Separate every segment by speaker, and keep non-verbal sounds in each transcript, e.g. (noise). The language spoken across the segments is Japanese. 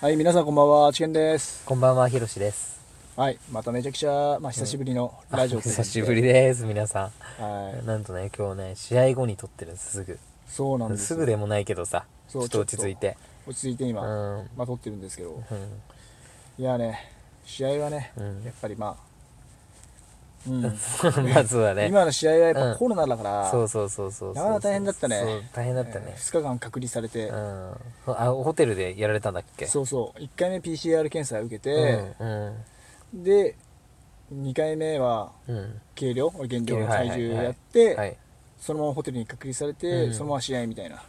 Speaker 1: はい、皆さんこんばんは、ちけんです。
Speaker 2: こんばんは、ひろしです。
Speaker 1: はい、まためちゃくちゃ、まあ、久しぶりのラジオということで
Speaker 2: 久しぶりです、皆さ
Speaker 1: は
Speaker 2: ん。なんとね、今日ね、試合後に撮ってるんです、すぐ。
Speaker 1: い、そうなんです
Speaker 2: す
Speaker 1: よ。
Speaker 2: ぐでもないけどさ、ち
Speaker 1: そう
Speaker 2: ょっと落ち着いて。
Speaker 1: 落ち着いて
Speaker 2: う
Speaker 1: 今、
Speaker 2: ん。
Speaker 1: まあ、撮ってるんですけど、
Speaker 2: うん
Speaker 1: いやね、試合はね、
Speaker 2: うん
Speaker 1: やっぱりまあ、うん、
Speaker 2: (laughs) まずはね、
Speaker 1: 今の試合はやっぱ
Speaker 2: うん
Speaker 1: コロナだから、
Speaker 2: そうそうそうそう。
Speaker 1: なかなか大変だったね
Speaker 2: そう大変だったね。
Speaker 1: 2日間隔離されて、
Speaker 2: うん。あ、ホテルでやられたんだっけ
Speaker 1: そうそう、1回目 PCR 検査受け
Speaker 2: う
Speaker 1: て、
Speaker 2: ん。うん。
Speaker 1: で、2回目は
Speaker 2: うん。
Speaker 1: 軽量、減量の
Speaker 2: は
Speaker 1: 体
Speaker 2: いはいはい
Speaker 1: 重やって、
Speaker 2: はい。
Speaker 1: そのままホテルに隔離されて、
Speaker 2: うん
Speaker 1: そのまま試合みたいな。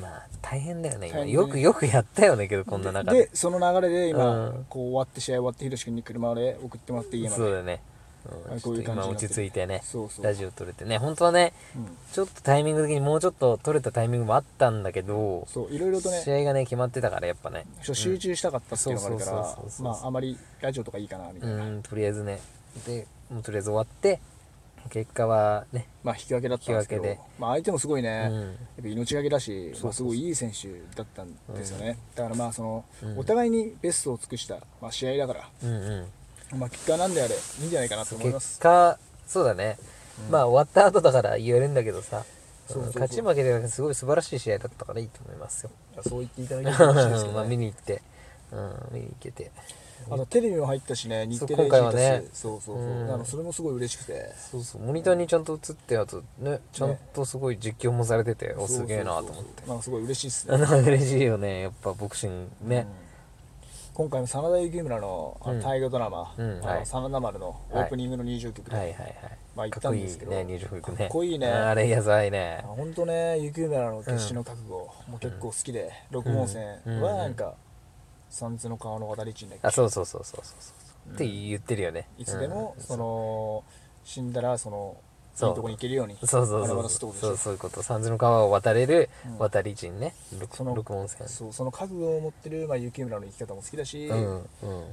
Speaker 2: まあ、大変だよね、今。
Speaker 1: 大変だね
Speaker 2: よくよくやったよね、けど、こんな中
Speaker 1: で
Speaker 2: で。
Speaker 1: その流れで今、
Speaker 2: うん
Speaker 1: こう終わって試合終わってひろし君に車で送ってもらって家まで
Speaker 2: そうだね。う
Speaker 1: は
Speaker 2: ん
Speaker 1: い
Speaker 2: ちょっと今落ち着いてね、
Speaker 1: そうそう
Speaker 2: ラジオ撮れてね、本当はね、
Speaker 1: うん
Speaker 2: ちょっとタイミング的にもうちょっと取れたタイミングもあったんだけど、
Speaker 1: そういろいろと
Speaker 2: 試
Speaker 1: ね
Speaker 2: 合がね、決まってたからやっぱね、
Speaker 1: そう集中したかったっていうのがあるか
Speaker 2: そうそうそうそう
Speaker 1: ら
Speaker 2: そう
Speaker 1: まああまりラジオとかいいかなみ
Speaker 2: う
Speaker 1: たいな、
Speaker 2: ん、とりあえずね、で、もうとりあえず終わって、結果はね、
Speaker 1: まあ引き分けだったんですけど
Speaker 2: 引き分け
Speaker 1: まあ、相手もすごいうね、やっ
Speaker 2: ん、
Speaker 1: ぱ命がけだし
Speaker 2: そう
Speaker 1: まあ、すごいいい選手だったんですよね、だからまあその、
Speaker 2: うん
Speaker 1: お互いにベストを尽くした、まあ、試合だか
Speaker 2: うん、うん。
Speaker 1: ら、まあ、結果なんであれいいんじゃないかなと思いま
Speaker 2: 結
Speaker 1: す
Speaker 2: 果、そうだね、まあ終わった後だから言えるんだけどさ、
Speaker 1: そうそうそう
Speaker 2: 勝ち負けではなくすごい素晴らしい試合だったからいいと思いますよ。
Speaker 1: そう言っていただいたら嬉しいですけ
Speaker 2: (laughs) ま
Speaker 1: ど、
Speaker 2: あ
Speaker 1: ね
Speaker 2: 見に行って、うん、見に行けて。
Speaker 1: (laughs) あとテレビも入ったしね日テレ
Speaker 2: そう今回はね
Speaker 1: GTAS そうそうそう、
Speaker 2: うん
Speaker 1: あのそれもすごい嬉しくて
Speaker 2: そうそうモニターにちゃんと映ってあとねちゃんとすごい実況もされてて、お
Speaker 1: そうそ
Speaker 2: す
Speaker 1: うそうそう
Speaker 2: げえなと思って
Speaker 1: なんかすごい嬉しいっす
Speaker 2: あ
Speaker 1: ね
Speaker 2: の嬉しいよねやっぱボクシング
Speaker 1: うん
Speaker 2: ね、
Speaker 1: 今回の真田幸村のあ
Speaker 2: う
Speaker 1: の
Speaker 2: ん
Speaker 1: 大河ドラマ「
Speaker 2: うん
Speaker 1: あの
Speaker 2: はい
Speaker 1: 真田丸」のオープニングの入場曲で、
Speaker 2: はいはいはい、
Speaker 1: まあ行った
Speaker 2: かっ
Speaker 1: ん
Speaker 2: こいい
Speaker 1: ですけど
Speaker 2: ね入場服ね
Speaker 1: かっこいいね
Speaker 2: あれやばいね
Speaker 1: あほんとね幸村の決死の覚悟、もう結構好きで六本線
Speaker 2: うん
Speaker 1: はなんか、三途の川の渡り地にだっけ
Speaker 2: あそうそうそうそうそうそうって言ってるよね
Speaker 1: いつでも、
Speaker 2: うん
Speaker 1: その死んだらそのい
Speaker 2: そう
Speaker 1: いとこに行けるように
Speaker 2: そうそう
Speaker 1: バラバラ
Speaker 2: そう
Speaker 1: ストーブでし
Speaker 2: そ
Speaker 1: ょ
Speaker 2: うそういうこと三途の川を渡れる
Speaker 1: うん
Speaker 2: 渡り人ね、六
Speaker 1: その
Speaker 2: 六温泉
Speaker 1: そうその覚悟を持ってる、まあ、幸村の生き方も好きだし、
Speaker 2: うんうん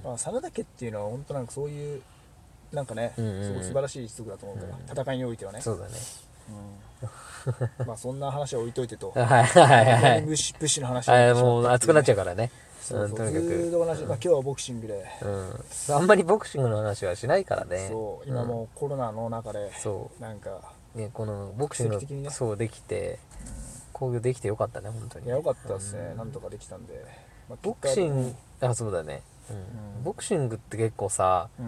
Speaker 1: まあ、真田家っていうのは本当なんかそういうなんかね、
Speaker 2: うんうんうん
Speaker 1: すごい素晴らしい一族だと思うから、
Speaker 2: うん
Speaker 1: 戦いにおいてはね
Speaker 2: そうだね
Speaker 1: うん (laughs) まあそんな話は置いといてと
Speaker 2: (laughs) はいはいはいはい
Speaker 1: ブッシュプッシュの話
Speaker 2: あれもう熱くなっちゃう
Speaker 1: う
Speaker 2: からね
Speaker 1: そうそう
Speaker 2: うんとにかく
Speaker 1: ずーっと同じ、まあ、今日はボクシングで、
Speaker 2: うんあんまりボクシングの話はしないからね
Speaker 1: そう今もうコロナの中で、
Speaker 2: そう
Speaker 1: なんか
Speaker 2: ね、このボクシング
Speaker 1: 奇跡的にね
Speaker 2: がそうできて興行できてよかったね本当に
Speaker 1: いやよかったですね、
Speaker 2: うん
Speaker 1: なんとかできたんで、まあ
Speaker 2: ボクシ
Speaker 1: 結
Speaker 2: ングあそうだね、うん
Speaker 1: うん
Speaker 2: ボクシングって結構さ、
Speaker 1: 果うん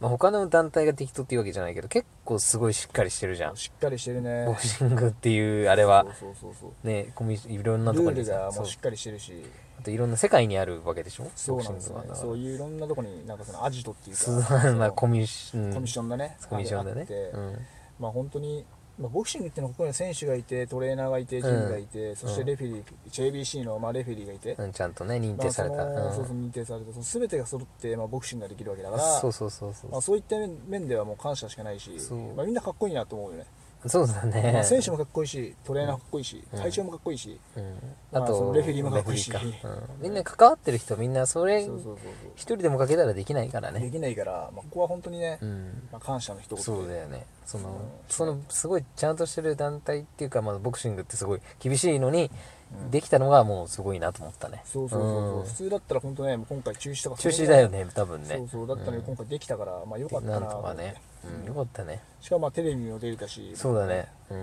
Speaker 2: まあ、他の団体が適当っていうわけじゃないけど結構すごいしっかりしてるじゃん
Speaker 1: しっかりしてるね
Speaker 2: ボクシングっていうあれは
Speaker 1: そうそうそう
Speaker 2: ねコミいろんな
Speaker 1: そうル
Speaker 2: とこ
Speaker 1: ー
Speaker 2: に
Speaker 1: ル
Speaker 2: さ
Speaker 1: がも
Speaker 2: そう
Speaker 1: うしっかりしてるし
Speaker 2: あといろんな世界にあるわけでしょ
Speaker 1: そうなんです
Speaker 2: ボ
Speaker 1: よね
Speaker 2: クシングは
Speaker 1: そういういろんなとこになんかそのアジトっていうか
Speaker 2: そう
Speaker 1: そ
Speaker 2: まあ
Speaker 1: の
Speaker 2: コミッション
Speaker 1: コミッションだね
Speaker 2: コミッションだ
Speaker 1: あ
Speaker 2: ね
Speaker 1: って、
Speaker 2: うん
Speaker 1: まあ本当に、まあ、ボクシングっていうのはここには選手がいてトレーナーがいてジムがいて、そしてレフェリー、JBC のまあレフェリーがいて、
Speaker 2: うん、ちゃんとね認
Speaker 1: まあ
Speaker 2: 定された、
Speaker 1: その
Speaker 2: うん
Speaker 1: そうそう認定されたその全てが揃って、まあ、ボクシングができるわけだから
Speaker 2: そうそうそうそう、
Speaker 1: まあ、そういった面ではもう感謝しかないし
Speaker 2: そう、
Speaker 1: まあ、みんなかっこいいなと思うよね、
Speaker 2: そうだね、
Speaker 1: まあ、選手もかっこいいしトレーナーかっこいいし、
Speaker 2: うん
Speaker 1: 体調もかっこいいし、
Speaker 2: あ
Speaker 1: まあそ
Speaker 2: と
Speaker 1: のレフェリーもかっこいいし
Speaker 2: レフェリーかうんみんな関わってる人みんなそれ
Speaker 1: そうそうそう
Speaker 2: 一人でもかけたらできないから
Speaker 1: そう、で
Speaker 2: ね
Speaker 1: きないから、まあ、ここは本当にね、
Speaker 2: うん
Speaker 1: まあ、感謝の一言
Speaker 2: そうだよねその,、
Speaker 1: うん
Speaker 2: そのすごいちゃんとしてる団体っていうか、まあ、ボクシングってすごい厳しいのに
Speaker 1: うん
Speaker 2: できたのがもうすごいなと思ったね
Speaker 1: そうそうそうそう、
Speaker 2: ん
Speaker 1: 普通だったら本当ねもう今回中止とか
Speaker 2: 中止だよ
Speaker 1: ね
Speaker 2: ね多分ね
Speaker 1: そうそうだったのに今
Speaker 2: ん
Speaker 1: 回できたから、まあよかったな
Speaker 2: な
Speaker 1: と
Speaker 2: んと
Speaker 1: 思
Speaker 2: か
Speaker 1: って
Speaker 2: ね、うん、よかったね
Speaker 1: しかもまあテレビにも出れたし
Speaker 2: そうだねうん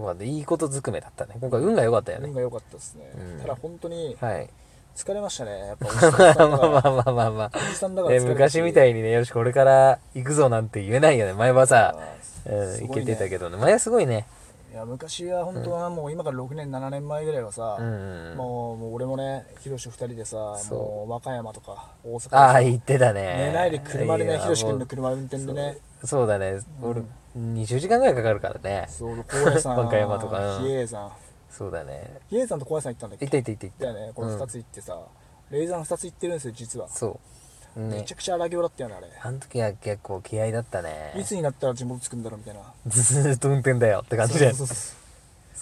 Speaker 2: よかったいいことずくめだったね今回運が良かったよ
Speaker 1: 運
Speaker 2: ね
Speaker 1: が良かったですね、
Speaker 2: うん
Speaker 1: ただ本当に
Speaker 2: はい
Speaker 1: 疲れましたねやっ
Speaker 2: (laughs)
Speaker 1: ぱおじさん
Speaker 2: ま
Speaker 1: だ
Speaker 2: あ
Speaker 1: か
Speaker 2: ま
Speaker 1: ら
Speaker 2: あ (laughs) まあまあまあまあ
Speaker 1: おじさんだから
Speaker 2: え
Speaker 1: 疲れたし
Speaker 2: 昔みたいにね、よし、これから行くぞなんて言えないよね。前はさ、
Speaker 1: ー
Speaker 2: うん、
Speaker 1: す
Speaker 2: 行
Speaker 1: ごい
Speaker 2: け
Speaker 1: ね
Speaker 2: てたけどね。前はすごいね。
Speaker 1: いや昔は本当はもう今から6年7年前ぐらいはさ、
Speaker 2: うん。
Speaker 1: もうもう俺もねヒロシ2人でさ
Speaker 2: そう
Speaker 1: もう和歌山とか大阪と
Speaker 2: あ
Speaker 1: か
Speaker 2: あ、行ってたね。
Speaker 1: 寝ないで車で
Speaker 2: い
Speaker 1: ね
Speaker 2: や
Speaker 1: ヒロシ君の車運転でね
Speaker 2: そうだね。俺、20時間ぐらいかかるからね。
Speaker 1: そう高野山
Speaker 2: 和歌山とかうん
Speaker 1: 比叡山
Speaker 2: そうだね。
Speaker 1: 比叡山と高野山行ったんだっけ
Speaker 2: 行った行った行った行った。
Speaker 1: だよねこの2つ行ってさ、レーザーの2つ行ってるんですよ実は、
Speaker 2: そう。
Speaker 1: め
Speaker 2: ね
Speaker 1: ちゃ。くちゃ荒行だったよねあれ
Speaker 2: あの時は結構気合だったね。
Speaker 1: いつになったら地元着くんだろうみたいな
Speaker 2: ずーっと運転だよって感じで。
Speaker 1: そうそう
Speaker 2: そ
Speaker 1: そう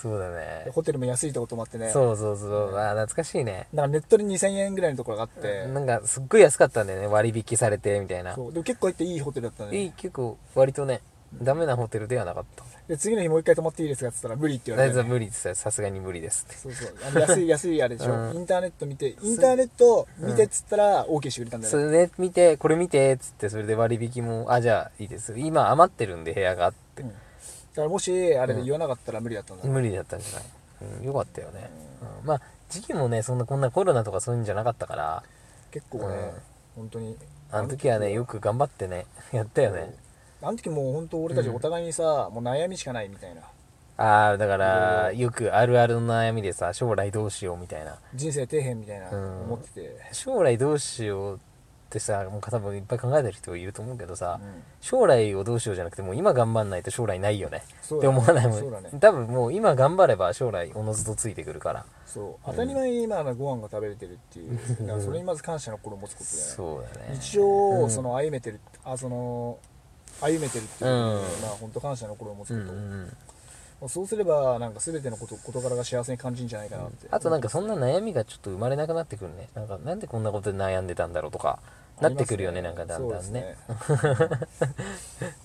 Speaker 2: うだ
Speaker 1: で
Speaker 2: ね。
Speaker 1: ホテルも安いとこ泊まってね
Speaker 2: そうそうそう。ああ、懐かしいね。
Speaker 1: なんかネットで2000円ぐらいのところがあって
Speaker 2: なんか、すっごい安かったんだよね。割引されて、みたいな。
Speaker 1: そうでも結構行っていいホテルだったね
Speaker 2: いい結構割とねダメなホテルではなかった
Speaker 1: で次の日もう一回泊まっていいですかって言ったら無理って言わ
Speaker 2: あ
Speaker 1: れ
Speaker 2: いつは
Speaker 1: て
Speaker 2: 無理って言ったらさすがに無理ですって
Speaker 1: そうそうあの
Speaker 2: (laughs)
Speaker 1: 安い安いあれでしょ、
Speaker 2: うん
Speaker 1: インターネット見てインターネット見てっつったら OK してくれたんだ
Speaker 2: そ
Speaker 1: よ、ね
Speaker 2: れで見てこれ見てっつってそれで割引もあじゃあいいです今余ってるんで部屋があって
Speaker 1: うん、だからもしあれで言わなかったら無理だったんだ、
Speaker 2: 無理だったんじゃない、うん、よかったよね、うん、まあ時期もねそんなこんなコロナとかそういうんじゃなかったから
Speaker 1: 結構ね、本当に
Speaker 2: あの時はねよく頑張ってねやったよね
Speaker 1: あの時もう本当俺たちお互いにさ、もう悩みしかないみたいな
Speaker 2: ああだからよくあるあるの悩みでさ将来どうしようみたいな
Speaker 1: 人生底辺みたいな
Speaker 2: うん
Speaker 1: 思ってて、
Speaker 2: 将来どうしようってさもう多分いっぱい考えてる人いると思うけどさ、
Speaker 1: うん
Speaker 2: 将来をどうしようじゃなくてもう今頑張んないと将来ないよね
Speaker 1: そうだね
Speaker 2: って思わないも、
Speaker 1: そうんだね
Speaker 2: 多分もう今頑張れば将来おのずとついてくるから
Speaker 1: そう当たり前に今のご飯が食べれてるっていうだからそれにまず感謝の心を持つことだよね
Speaker 2: そうだね
Speaker 1: 日常
Speaker 2: う
Speaker 1: を
Speaker 2: ん
Speaker 1: その歩めてる、あその歩めてるっていうのは、
Speaker 2: うん
Speaker 1: まあ本当感謝の心を持
Speaker 2: う
Speaker 1: つ
Speaker 2: ん
Speaker 1: こ
Speaker 2: う
Speaker 1: と、
Speaker 2: んうん
Speaker 1: そうすればなんか全てのこと事柄が幸せに感じるんじゃないかなって、
Speaker 2: あとなんかそんな悩みがちょっと生まれなくなってくるねなんかなんでこんなことで悩んでたんだろうとかなってくるよねなんかだんだん (laughs) ね
Speaker 1: そうですね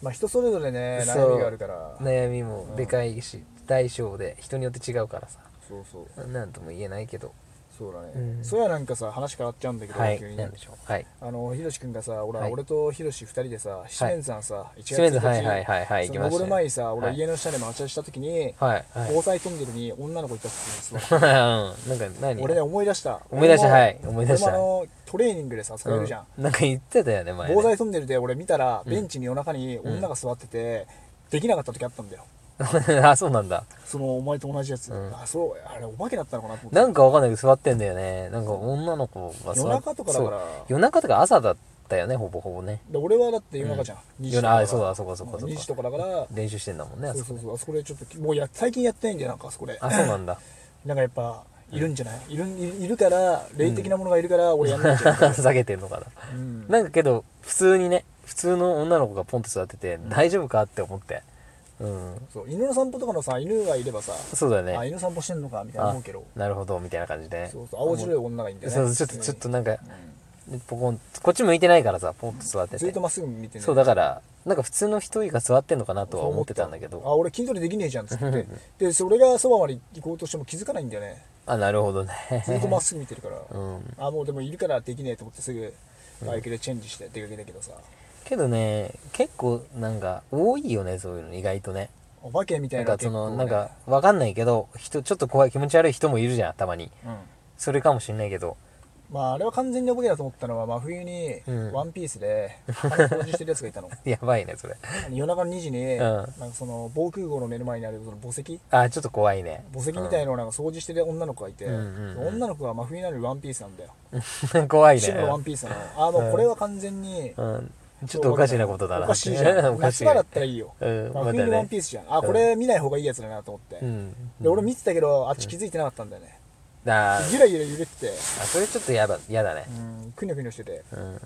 Speaker 1: まあ人それぞれね
Speaker 2: そう
Speaker 1: 悩みがあるから
Speaker 2: 悩みもでかいし大小で人によって違うからさ
Speaker 1: そうそう
Speaker 2: なんとも言えないけど
Speaker 1: そうだね、
Speaker 2: うん
Speaker 1: それはなんかさ話変わっちゃうんだけど、
Speaker 2: はい
Speaker 1: 急に
Speaker 2: なんでしょうはい
Speaker 1: あのひろし君がさ俺,、
Speaker 2: はい
Speaker 1: 俺とひろし2人でさ七面山さ、一
Speaker 2: 清水
Speaker 1: 1
Speaker 2: はいはいはいはい行
Speaker 1: そ
Speaker 2: き
Speaker 1: の
Speaker 2: ま
Speaker 1: 登
Speaker 2: した
Speaker 1: る
Speaker 2: ね
Speaker 1: 前にさ俺、
Speaker 2: はい
Speaker 1: 家の下で待ち合わせした時に、
Speaker 2: はいはい (laughs)
Speaker 1: 交際トンネルに女の子いたっすよ
Speaker 2: うんなんか何
Speaker 1: 俺ね思い出した
Speaker 2: 思い出した
Speaker 1: 俺も
Speaker 2: はい思い出した
Speaker 1: 俺もあのトレーニングでさそれいるじゃん、
Speaker 2: うなんか言ってたよね前ね
Speaker 1: 防災トンネルで俺見たら
Speaker 2: ん
Speaker 1: ベンチに夜中に女が座ってて、できなかった時あったんだよ
Speaker 2: (laughs) あそうなんだ
Speaker 1: そのお前と同じやつ、
Speaker 2: うん
Speaker 1: あそうあれお化けだったのかなと思って
Speaker 2: なんかわかんないけど座ってんだよねなんか女の子が座っ
Speaker 1: 夜中とかだから
Speaker 2: そう夜中とか朝だったよねほぼほぼね
Speaker 1: で俺はだって夜中じゃん、2時と
Speaker 2: 夜
Speaker 1: かから
Speaker 2: あそうだそうかそうかそう
Speaker 1: 2
Speaker 2: か
Speaker 1: 時とかだから
Speaker 2: 練習してんだもんねあ
Speaker 1: そう
Speaker 2: そ
Speaker 1: そう
Speaker 2: こ
Speaker 1: そうあそこでちょっともうや最近やってないんだよなんかあそこで
Speaker 2: あそうなんだ (laughs)
Speaker 1: なんかやっぱいるんじゃない、いるいるいるから霊的なものがいるから俺やんないんじゃ
Speaker 2: (laughs)
Speaker 1: ない、
Speaker 2: 下げてんのかな
Speaker 1: うん
Speaker 2: なんかけど普通にね普通の女の子がポンと座ってて大丈夫かって思ってうん
Speaker 1: そう犬の散歩とかのさ犬がいればさ、
Speaker 2: そうだよ
Speaker 1: あ
Speaker 2: ね
Speaker 1: 犬散歩してんのかみたいな
Speaker 2: あ
Speaker 1: 思うけど
Speaker 2: なるほどみたいな感じでね
Speaker 1: そうそう青白い女がいいんだよね
Speaker 2: そうちょっとちょっとなんか
Speaker 1: うん
Speaker 2: でポコンこっち向いてないからさポンと座って
Speaker 1: ずってとまっすぐ見てね
Speaker 2: そうだからなんか普通の人が座ってんのかなとは思ってたんだけ
Speaker 1: あ
Speaker 2: ど
Speaker 1: 俺筋トレできねえじゃんっつってでそれがそばまで行こうとしても気づかないんだよね
Speaker 2: あなるほどね
Speaker 1: ずっとまっすぐ見てるから、
Speaker 2: (laughs) うん
Speaker 1: あもうでもいるからできねえと思ってすぐバイクでチェンジして出かけたけどさ
Speaker 2: けどね結構なんか多いよねそういうの意外とね
Speaker 1: お化けみた
Speaker 2: ないん
Speaker 1: な
Speaker 2: かその、
Speaker 1: 結構
Speaker 2: なん
Speaker 1: ね
Speaker 2: かわかんないけど人ちょっと怖い気持ち悪い人もいるじゃんたまに
Speaker 1: うん
Speaker 2: それかもしんないけど (laughs)
Speaker 1: まああれは完全にお化けだと思ったのは真冬に
Speaker 2: うん
Speaker 1: ワンピース
Speaker 2: (laughs)
Speaker 1: で鼻掃除してるやつがいたの
Speaker 2: やばいねそれ
Speaker 1: あの夜中の2時に、
Speaker 2: ん
Speaker 1: なんかその防空壕の目の前にあるその墓石
Speaker 2: あちょっと怖いね
Speaker 1: 墓石みたいのをなんか掃除してる女の子がいて、
Speaker 2: うんうんうん
Speaker 1: 女の子が真冬になるワンピースなんだよ、
Speaker 2: (laughs) 怖いね
Speaker 1: 白のワンピースなのあもうこれは完全に、
Speaker 2: うん、ちょっとおかしなことだな
Speaker 1: おかしいじゃん
Speaker 2: (laughs) おかし
Speaker 1: 夏
Speaker 2: い
Speaker 1: 場だったらいいよ、
Speaker 2: うん
Speaker 1: 真
Speaker 2: まだ
Speaker 1: 冬にワン
Speaker 2: ね
Speaker 1: ピースじゃんあこれ見ない方がいいやつだなと思って、
Speaker 2: うん
Speaker 1: で俺見てたけどあっち気づいてなかったんだよね、
Speaker 2: あ
Speaker 1: ゆらゆら揺れてて、
Speaker 2: あそれちょっとやだやだね
Speaker 1: うん、くにょくにょしてて
Speaker 2: うん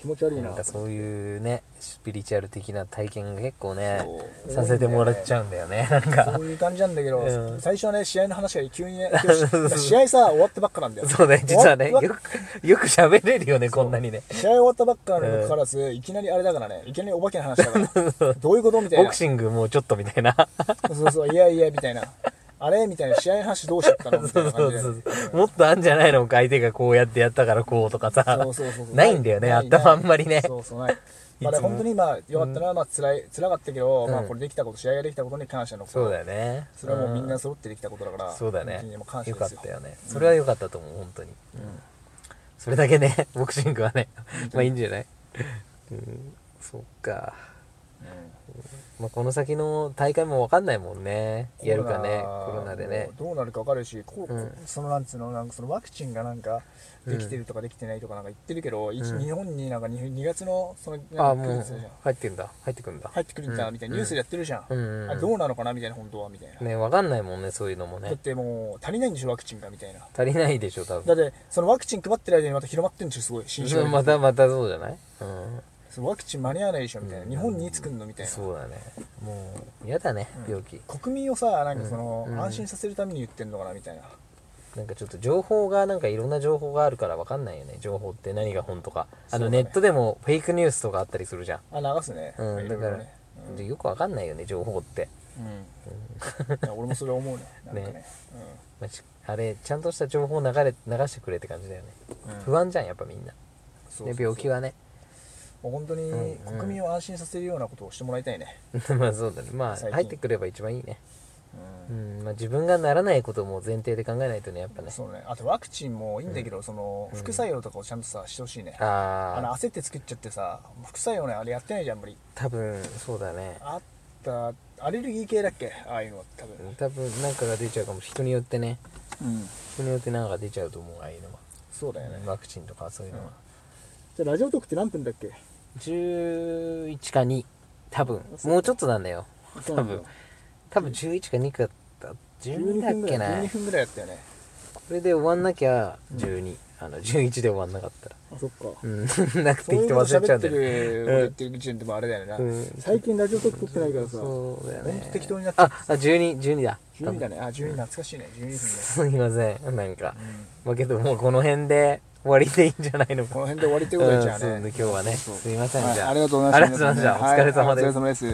Speaker 1: 気持ち悪いな
Speaker 2: なんかそういうねスピリチュアル的な体験が結構ね
Speaker 1: そう
Speaker 2: させてもらっちゃうんだよねなんか
Speaker 1: そういう感じなんだけど、
Speaker 2: うん
Speaker 1: 最初はね試合の話が急に
Speaker 2: (laughs)
Speaker 1: ね試合さ終わったばっかなんだよ
Speaker 2: そうね
Speaker 1: (laughs)
Speaker 2: 実はね
Speaker 1: 終わ
Speaker 2: よ
Speaker 1: っ
Speaker 2: くよく喋れるよねこんなにね
Speaker 1: 試合終わったばっかなのにもかかわらず、いきなりあれだからねいきなりお化けの話だ
Speaker 2: (laughs)
Speaker 1: からどういうことみたい
Speaker 2: ボ
Speaker 1: な
Speaker 2: クシングもうちょっとみたいな
Speaker 1: そうそういやいやみたいなあれみたいな試合の話どうしちゃったのみたいな
Speaker 2: そ
Speaker 1: 感
Speaker 2: う
Speaker 1: じで
Speaker 2: (laughs) そうそうもっとあんじゃないのか相手がこうやってやったからこうとかさ
Speaker 1: そうそうそうそう
Speaker 2: ないんだよね
Speaker 1: ない
Speaker 2: 頭あんまりね
Speaker 1: そうそうないまあ
Speaker 2: い
Speaker 1: ね
Speaker 2: つも
Speaker 1: 本当にまあよかったのはまあ辛い辛かったけど、
Speaker 2: うん
Speaker 1: まあこれできたこと試合ができたことに感謝のこと
Speaker 2: そうだよね
Speaker 1: それはもうみん
Speaker 2: う
Speaker 1: な揃ってできたことだから、
Speaker 2: そうだね
Speaker 1: 本当にもう感謝
Speaker 2: よ
Speaker 1: で
Speaker 2: かっ
Speaker 1: すよ
Speaker 2: たよねそれはよかったと思う本当にうんそれだけね (laughs) ボクシングはねまあいいんじゃないうんそっか
Speaker 1: うん
Speaker 2: まあ、この先の大会も分かんないもんねやるかね
Speaker 1: ナ
Speaker 2: コロナでね
Speaker 1: どうなるか分かるし、こう
Speaker 2: うん
Speaker 1: そのなんつうのなんかそのワクチンがなんかできてるとかできてないとかなんか言ってるけど、いつ
Speaker 2: うん
Speaker 1: 日本になんか 2, 月のそのなんか
Speaker 2: ああ
Speaker 1: 来る
Speaker 2: も
Speaker 1: や
Speaker 2: う
Speaker 1: つじゃん
Speaker 2: 入ってんだ入ってくんだ
Speaker 1: 入ってくるんだみたいなニュースでやってるじゃん、
Speaker 2: うんうん
Speaker 1: あどうなのかなみたいな本当はみたいな、
Speaker 2: ね分かんないもんねそういうのも
Speaker 1: だっ
Speaker 2: ね
Speaker 1: てもう足りないんでしょワクチンがみたいな
Speaker 2: 足りないでしょ
Speaker 1: だ
Speaker 2: 多分
Speaker 1: ってそのワクチン配ってる間にまた広まってんでしょすごい新種
Speaker 2: うん
Speaker 1: 類
Speaker 2: (laughs) またまたそうじゃない、うん、
Speaker 1: そのワクチン間に合わないでしょみたいな、日本にいつ来んのみたいな
Speaker 2: そうだねもう嫌だね病気、
Speaker 1: 国民をさなんかその、
Speaker 2: うん
Speaker 1: 安心させるために言ってんのかなみたいな
Speaker 2: なんかちょっと情報がなんかいろんな情報があるから分かんないよね情報って何が本とかあ
Speaker 1: そ
Speaker 2: の
Speaker 1: うだね
Speaker 2: ネットでもフェイクニュースとかあったりするじゃん
Speaker 1: あ流すね、
Speaker 2: うん、だから、
Speaker 1: うん
Speaker 2: でよくわかんないよね情報って、
Speaker 1: うん、いや俺もそれ思うねなんかね
Speaker 2: ねまあちあれちゃんとした情報を流れ流してくれって感じだよね、
Speaker 1: うんうん
Speaker 2: 不安じゃんやっぱみん
Speaker 1: そう
Speaker 2: な
Speaker 1: そうそう
Speaker 2: で病気はね
Speaker 1: もう本当に
Speaker 2: うんうん
Speaker 1: 国民を安心させるようなことをしてもらいたいね、
Speaker 2: (laughs) まあそうだねまあ
Speaker 1: 最近
Speaker 2: 入ってくれば一番いいね
Speaker 1: うん
Speaker 2: うんまあ、自分がならないことも前提で考えないとねやっぱね
Speaker 1: そうねあとワクチンもいいんだけど、その
Speaker 2: うん
Speaker 1: 副作用とかをちゃんとさしてほしいね、あの
Speaker 2: ああ
Speaker 1: 焦って作っちゃってさ副作用ねあれやってないじゃんあんまり
Speaker 2: 多分そうだね
Speaker 1: あったアレルギー系だっけああいうのは多分
Speaker 2: 多分なんかが出ちゃうかも人によってね
Speaker 1: うん
Speaker 2: 人によってなんか出ちゃうと思うああいうのは、
Speaker 1: そうだよね、
Speaker 2: ワクチンとかそういうのは、
Speaker 1: じゃあラジオトークって何分だっけ
Speaker 2: 11か2多分もうちょっとなんだよ
Speaker 1: そうなんだ
Speaker 2: 多分多分11か2かだった12だっけな
Speaker 1: 12分ぐらいやったよね
Speaker 2: これで終わんなきゃ12、あの11で終わんなかったら
Speaker 1: あそっか
Speaker 2: うん (laughs) なく
Speaker 1: そう
Speaker 2: て
Speaker 1: い
Speaker 2: き
Speaker 1: う
Speaker 2: て
Speaker 1: こと
Speaker 2: 忘れち
Speaker 1: 喋
Speaker 2: ゃう
Speaker 1: っ
Speaker 2: ん
Speaker 1: て
Speaker 2: だよね
Speaker 1: る俺っていう時点でもあれだよな、
Speaker 2: うん
Speaker 1: 最近ラジオトーク撮ってないからさ
Speaker 2: そうだよ
Speaker 1: ほん
Speaker 2: ね
Speaker 1: と適当になっちゃ
Speaker 2: あ
Speaker 1: う
Speaker 2: あ1212だ
Speaker 1: 12だねあ12懐かしいね12分だ、
Speaker 2: すいませんなんか
Speaker 1: うん
Speaker 2: まあけどもうこの辺で終わりでいいんじゃないの
Speaker 1: こ
Speaker 2: か
Speaker 1: の辺で終わりってことでじゃあ
Speaker 2: うんそうね
Speaker 1: ね
Speaker 2: 今日はね
Speaker 1: そう
Speaker 2: すいません
Speaker 1: はい
Speaker 2: じゃあ
Speaker 1: ありがとうございました
Speaker 2: ありがとうございました
Speaker 1: 皆
Speaker 2: お疲れ
Speaker 1: さんね
Speaker 2: 様で
Speaker 1: はいお
Speaker 2: す
Speaker 1: 疲れ様です